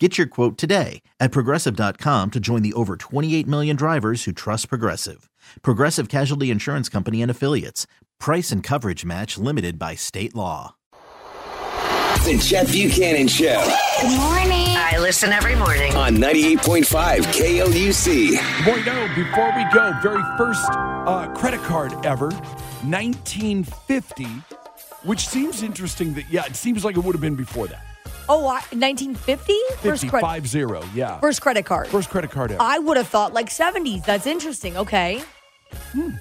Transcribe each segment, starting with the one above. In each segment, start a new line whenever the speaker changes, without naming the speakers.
Get your quote today at progressive.com to join the over 28 million drivers who trust Progressive. Progressive Casualty Insurance Company and Affiliates. Price and coverage match limited by state law.
The Jeff Buchanan Show
Good morning.
I listen every morning.
on 98.5 KLUC.
Bueno, before we go, very first uh, credit card ever, 1950, which seems interesting that, yeah, it seems like it would have been before that.
Oh, I, 1950? First
50,
credit,
five zero, yeah.
first credit card.
First credit card ever.
I would have thought like 70s. That's interesting. Okay. I
Hmm. would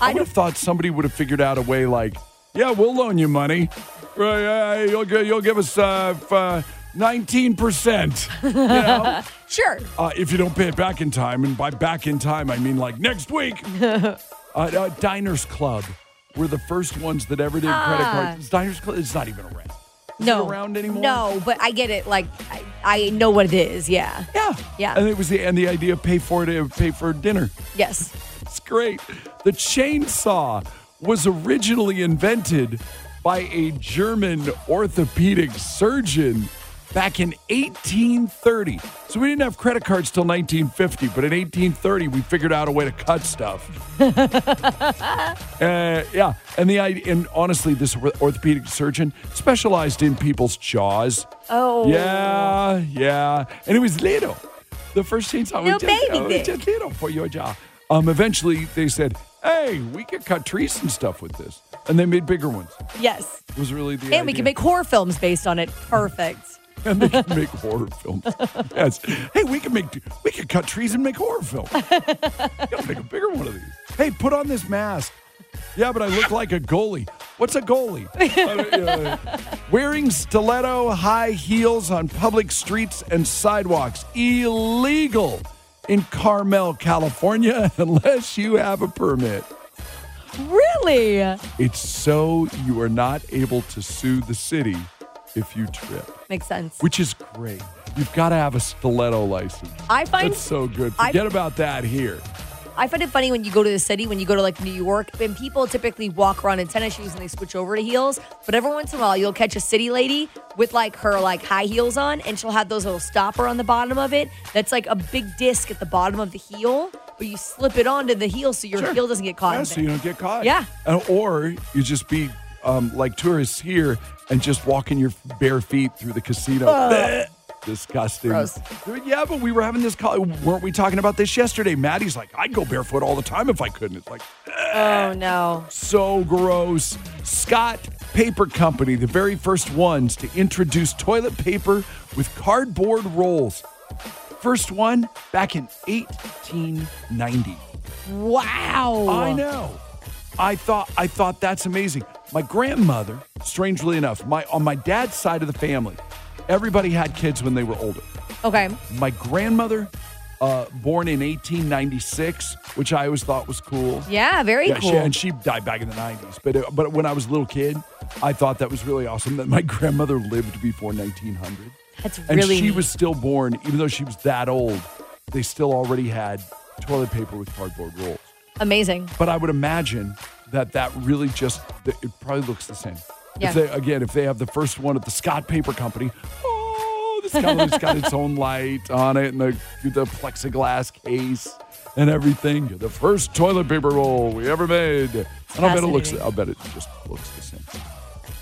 don't.
have thought somebody would have figured out a way like, yeah, we'll loan you money. Right, uh, you'll, gi- you'll give us uh, f- uh, 19%. you know,
Sure.
uh, if you don't pay it back in time. And by back in time, I mean like next week. uh, uh, Diners Club were the first ones that ever did credit cards. Diners Club, it's not even around.
No.
around anymore?
No, but I get it. Like, I, I know what it is. Yeah.
Yeah.
Yeah.
And it was the and the idea of pay for it uh, pay for dinner.
Yes.
It's great. The chainsaw was originally invented by a German orthopedic surgeon back in 1830. So we didn't have credit cards till 1950, but in 1830 we figured out a way to cut stuff. uh, yeah, and the idea, and honestly, this or- orthopedic surgeon specialized in people's jaws.
Oh.
Yeah, yeah. And it was little. The first chainsaw uh, was
Little
just,
baby
it was
thing.
just little for your jaw. Um, eventually, they said, hey, we could cut trees and stuff with this. And they made bigger ones.
Yes.
It was really the
and we
idea.
can make horror films based on it. Perfect.
and they can make horror films. Yes. Hey, we can make we could cut trees and make horror films. Gotta make a bigger one of these. Hey, put on this mask. Yeah, but I look like a goalie. What's a goalie? I don't- yeah, yeah. Wearing stiletto high heels on public streets and sidewalks illegal in Carmel, California, unless you have a permit.
Really?
It's so you are not able to sue the city if you trip
Makes sense.
which is great. You've got to have a stiletto license.
I find-
that's so good.
I-
Forget about that here.
I find it funny when you go to the city, when you go to like New York, and people typically walk around in tennis shoes and they switch over to heels. But every once in a while, you'll catch a city lady with like her like high heels on, and she'll have those little stopper on the bottom of it. That's like a big disc at the bottom of the heel, but you slip it onto the heel so your
Sure.
heel doesn't get caught.
Yeah,
in
so
things.
you don't get caught.
Yeah.
Uh, or you just be um, like tourists here and just walking your bare feet through the casino. Bleh. Disgusting.
Gross.
Yeah, but we were having this call. Weren't we talking about this yesterday? Maddie's like, I'd go barefoot all the time if I couldn't. It's like,
oh no!
so gross. Scott Paper Company, the very first ones to introduce toilet paper with cardboard rolls. First one back in 1890.
Wow!
I know. I thought I thought that's amazing. My grandmother, strangely enough, my on my dad's side of the family, everybody had kids when they were older.
Okay,
My grandmother, uh, born in 1896, which I always thought was cool.
yeah, very
Yeah,
cool.
she, and she died back in the 90s. But uh, but when I was a little kid, I thought that was really awesome that my grandmother lived before 1900.
That's
And
really
she
neat.
was still born, even though she was that old, they still already had toilet paper with cardboard rolls.
amazing.
But I would imagine that that really just, that it probably looks the same.
Yeah.
If they, again, if they have the first one at the Scott Paper Company, oh, this company's got its own light on it and the, the plexiglass case and everything. The first toilet paper roll we ever made. And I'll bet it looks,
Fascinating.
I'll bet it just looks the same.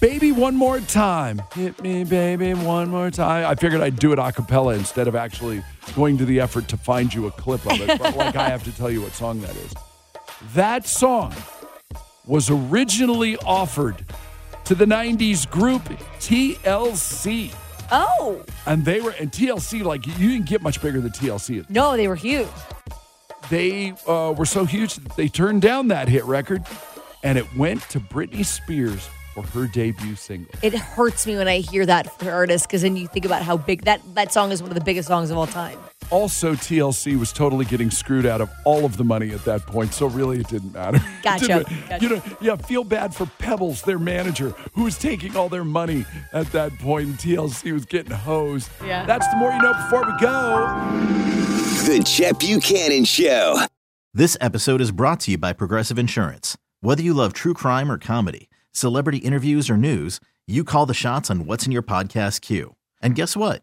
Baby, one more time. Hit me, baby, one more time. I figured I'd do it a cappella instead of actually going to the effort to find you a clip of it. but like, I have to tell you what song that is. That song was originally offered to the 90s group TLC.
Oh
And they were, and TLC, like, you didn't get much bigger than TLC.
no, they were huge.
They uh, were so huge that they turned down that hit record and it went to Britney Spears for her debut single.
It hurts me when I hear that for artists because then you think about how big that that song is. One of the biggest songs of all time.
Also, TLC was totally getting screwed out of all of the money at that point, so really it didn't matter. It
Gotcha.
didn't-
Gotcha.
You know, yeah, feel bad for Pebbles, their manager, who was taking all their money at that point, and TLC was getting hosed.
Yeah.
That's the more you know before we go.
The Chet Buchanan Show.
This episode is brought to you by Progressive Insurance. Whether you love true crime or comedy, celebrity interviews or news, you call the shots on what's in your podcast queue. And guess what?